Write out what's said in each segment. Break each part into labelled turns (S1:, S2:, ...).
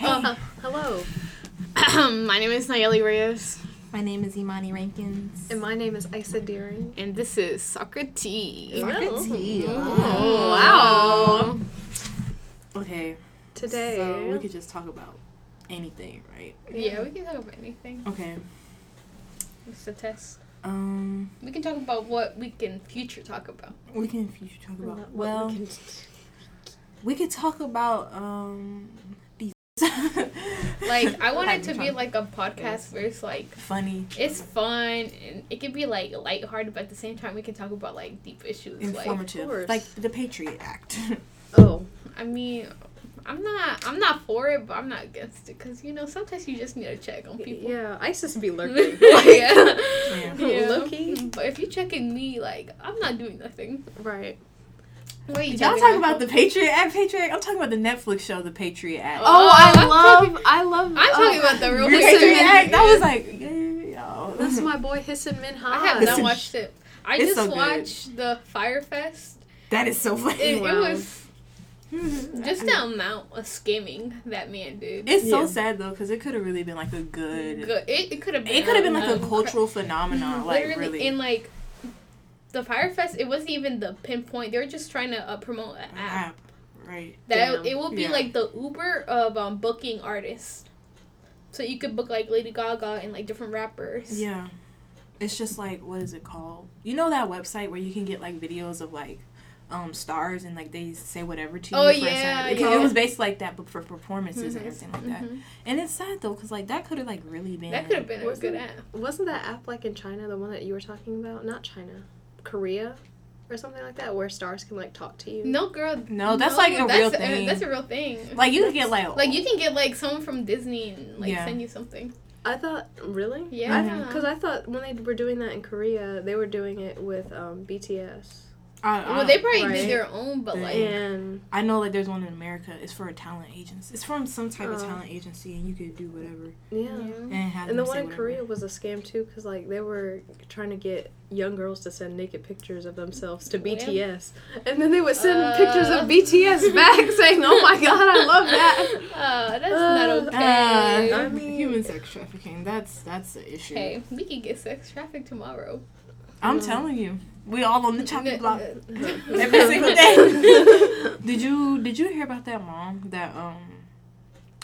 S1: Um,
S2: Hello.
S3: My name is Nayeli Reyes,
S1: My name is Imani Rankins.
S2: And my name is Isa Deering.
S3: and this is Soccer Tea.
S2: Hello.
S3: Oh, wow.
S1: Okay.
S2: Today.
S1: So we could just talk about anything, right?
S3: Yeah, we can talk about anything.
S1: Okay.
S3: It's a test.
S1: Um,
S3: We can talk about what we can future talk about.
S1: we can you should talk
S2: Not
S1: about.
S2: what
S1: Well,
S2: we
S1: we,
S2: can-
S1: could talk about um these.
S3: Like, I want it
S1: Like,
S3: to be like a podcast where it's like,
S1: funny,
S3: it's fun and it can be like lighthearted, but at the same time, we can talk about like deep issues. Like,
S1: informative,
S2: course.
S1: like the Patriot Act.
S3: oh, I mean. I'm not. I'm not for it, but I'm not against it because you know sometimes you just need to check on people.
S2: Yeah, Isis be lurking.
S3: yeah.
S1: Yeah.
S2: Low-key.
S3: But if you checking me, like I'm not doing nothing.
S2: right.
S3: Wait,
S1: Did y'all talk about the Patriot Act? Patriot. Act? I'm talking about the Netflix show, the Patriot Act.
S3: Oh,
S2: Oh, I
S3: I'm
S2: love,
S3: talking-
S2: I love.
S3: I'm talking about the real
S1: Patriot
S2: Listen,
S3: Listen,
S1: Act. That was like, yeah, y'all.
S2: That's my boy Hissin Minhaj.
S3: I have
S1: Listen,
S3: not watched it. I
S1: Ah. it's
S3: just
S1: so good.
S3: watched the Firefest.
S1: That is so funny.
S3: It,
S2: Wow.
S3: it was just the amount of scamming that man did.
S1: It's so
S2: Yeah.
S1: sad though, because it could have really been like a good.
S3: Good. It, it could have been.
S1: It could have been like a
S3: um,
S1: cultural
S3: cra-
S1: phenomenon, like
S3: literally
S1: really.
S3: in like the Firefest. It wasn't even the pinpoint. They were just trying to uh, promote an app.
S1: app, right?
S3: That
S2: Damn.
S3: it will be
S1: Ah, Yeah.
S3: like the Uber of um, booking artists. So you could book like Lady Gaga and like different rappers.
S1: Yeah, it's just like what is it called? You know that website where you can get like videos of like um stars and like they say whatever to you.
S3: Oh,
S1: for a certain-
S3: yeah,
S1: it,
S3: yeah.
S1: it was based like that, but for performances
S3: Mhm.
S1: and everything like that.
S3: Mhm.
S1: And it's sad though, because like that could have like really been.
S3: That could have been a
S2: Wasn't-
S3: good app.
S2: Wasn't that app like in China, the one that you were talking about? Not China, Korea, or something like that, where stars can like talk to you.
S3: No, girl.
S1: No, that's, like, a real
S3: uh,
S1: thing.
S3: that's a real thing.
S1: Like you could get like
S3: Like you can get like someone from Disney and like
S1: Yeah.
S3: send you something.
S2: I thought really.
S3: Yeah.
S2: Because I thought when they were doing that in Korea, they were doing it with um, BTS.
S1: I, I,
S3: well, they probably
S2: Right.
S3: did their own, but like
S2: And
S1: I know like there's one in America. It's for a talent agency. It's from some type of
S2: Oh.
S1: talent agency, and you could do whatever
S2: yeah.
S3: yeah.
S1: and have.
S2: And the
S1: them
S2: one
S1: say
S2: in
S1: whatever.
S2: Korea was a scam too, because like they were trying to get young girls to send naked pictures of themselves to
S3: Yeah.
S2: BTS, and then they would send pictures
S3: Uh.
S2: of BTS back, saying, "Oh my God, I love that."
S3: Uh, that's
S2: Uh,
S3: not okay.
S1: Uh, I
S2: I
S1: mean,
S2: mean-
S1: human sex trafficking. That's that's the issue.
S3: Hey, we can get sex traffic tomorrow.
S1: I'm
S2: Mm.
S1: telling you, we all on the
S2: uh,
S1: chopping block every
S3: Every
S1: single day. did you did you hear about that mom that um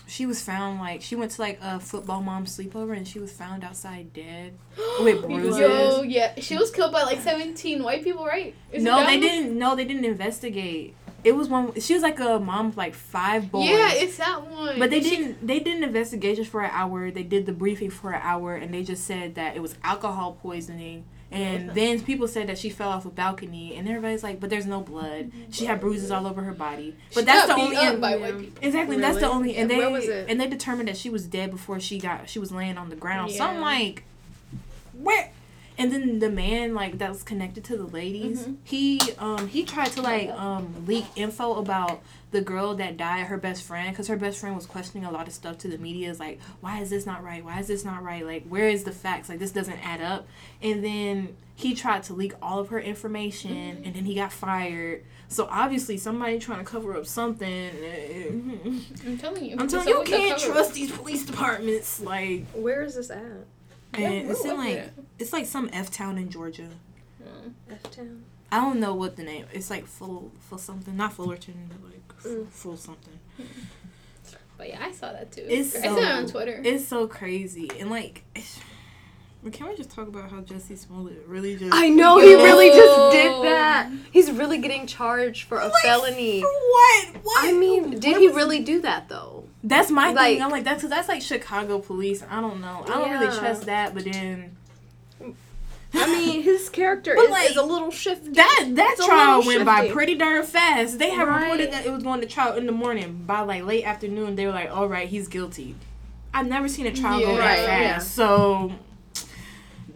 S1: she was found like she went to like a football mom sleepover and she was found outside dead with bruises.
S3: Yo, yeah, she was killed by like seventeen white people, right? Is it
S1: no,
S3: that
S1: they
S3: one?
S1: didn't. No, they didn't investigate. It was one. She was like a mom of like five boys.
S3: Yeah, it's that one.
S1: But they
S3: Oh, She-
S1: didn't. They did an investigation for an hour. They did the briefing for an hour, and they just said that it was alcohol poisoning. And then people said that she fell off a balcony, and everybody's like, "But there's no blood. She had bruises all over her body." But
S3: she
S1: that's
S3: got
S1: the
S3: beat
S1: only.
S3: up by white
S2: Yeah.
S3: people.
S1: exactly. That's the
S2: Really?
S1: only. And they
S2: Where was it?
S1: and they determined that she was dead before she got. She was laying on the ground. So
S3: Yeah.
S1: I'm like, what? And then the man like that was connected to the ladies.
S3: Mhm.
S1: He um he tried to like um leak info about the girl that died, her best friend, because her best friend was questioning a lot of stuff to the media. Is like, why is this not right? Why is this not right? Like, where is the facts? Like, this doesn't add up. And then he tried to leak all of her information,
S3: Mm-hmm.
S1: and then he got fired. So obviously, somebody trying to cover up something. uh,
S3: I'm telling you.
S1: I'm telling
S3: It's
S1: you, you
S3: always the
S1: can't
S3: cover.
S1: trust these police departments. Like,
S2: Where is this at?
S1: and
S3: where
S1: it's in
S3: was
S1: like
S3: it?
S1: it's like some f town in Georgia.
S3: Mm.
S2: F Town.
S1: I don't know what the name. It's like full full something, not Fullerton, but like full,
S2: Mm.
S1: full something.
S3: But yeah, I saw that too.
S1: It's
S3: I saw it on
S1: so-
S3: Twitter.
S1: It's so crazy and like. It's, but can we just talk about how Jesse Smollett really just?
S2: I know he really just
S3: Yo.
S2: did that. He's really getting charged for a
S1: Like,
S2: felony.
S1: for What? What?
S2: I mean, did
S1: What
S2: he
S1: was-
S2: really do that though?
S1: That's my
S2: like-
S1: thing. I'm like that's that's like Chicago police. I don't know. I don't really
S2: Yeah.
S1: trust that. But then
S2: I mean, his character
S1: But,
S2: is,
S1: like,
S2: is a little shifty.
S1: that that
S2: It's a
S1: trial went
S2: little
S1: by
S2: shifty.
S1: pretty darn fast. They had
S2: Right.
S1: reported that it was going to trial in the morning. By like late afternoon, they were like, "All right, he's guilty." I've never seen a trial go
S3: Yeah.
S1: that
S2: Right,
S1: fast.
S2: yeah.
S1: So.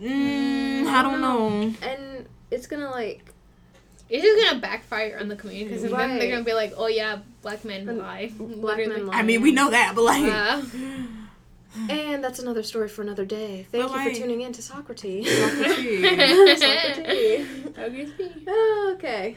S1: Mm, I don't know.
S2: and it's gonna like
S3: It's just gonna backfire on the community because then they're
S2: Right.
S3: gonna be like, "Oh yeah, black men
S2: And
S3: lie."
S2: black
S3: Literally.
S2: men lie.
S1: I mean, we know that, but like,
S2: Uh,
S3: Wow.
S2: and that's another story for another day. Thank
S1: But,
S2: you
S1: like-
S2: for tuning in to Socrates.
S1: Socrates.
S2: Socrates.
S3: Okay.
S2: okay.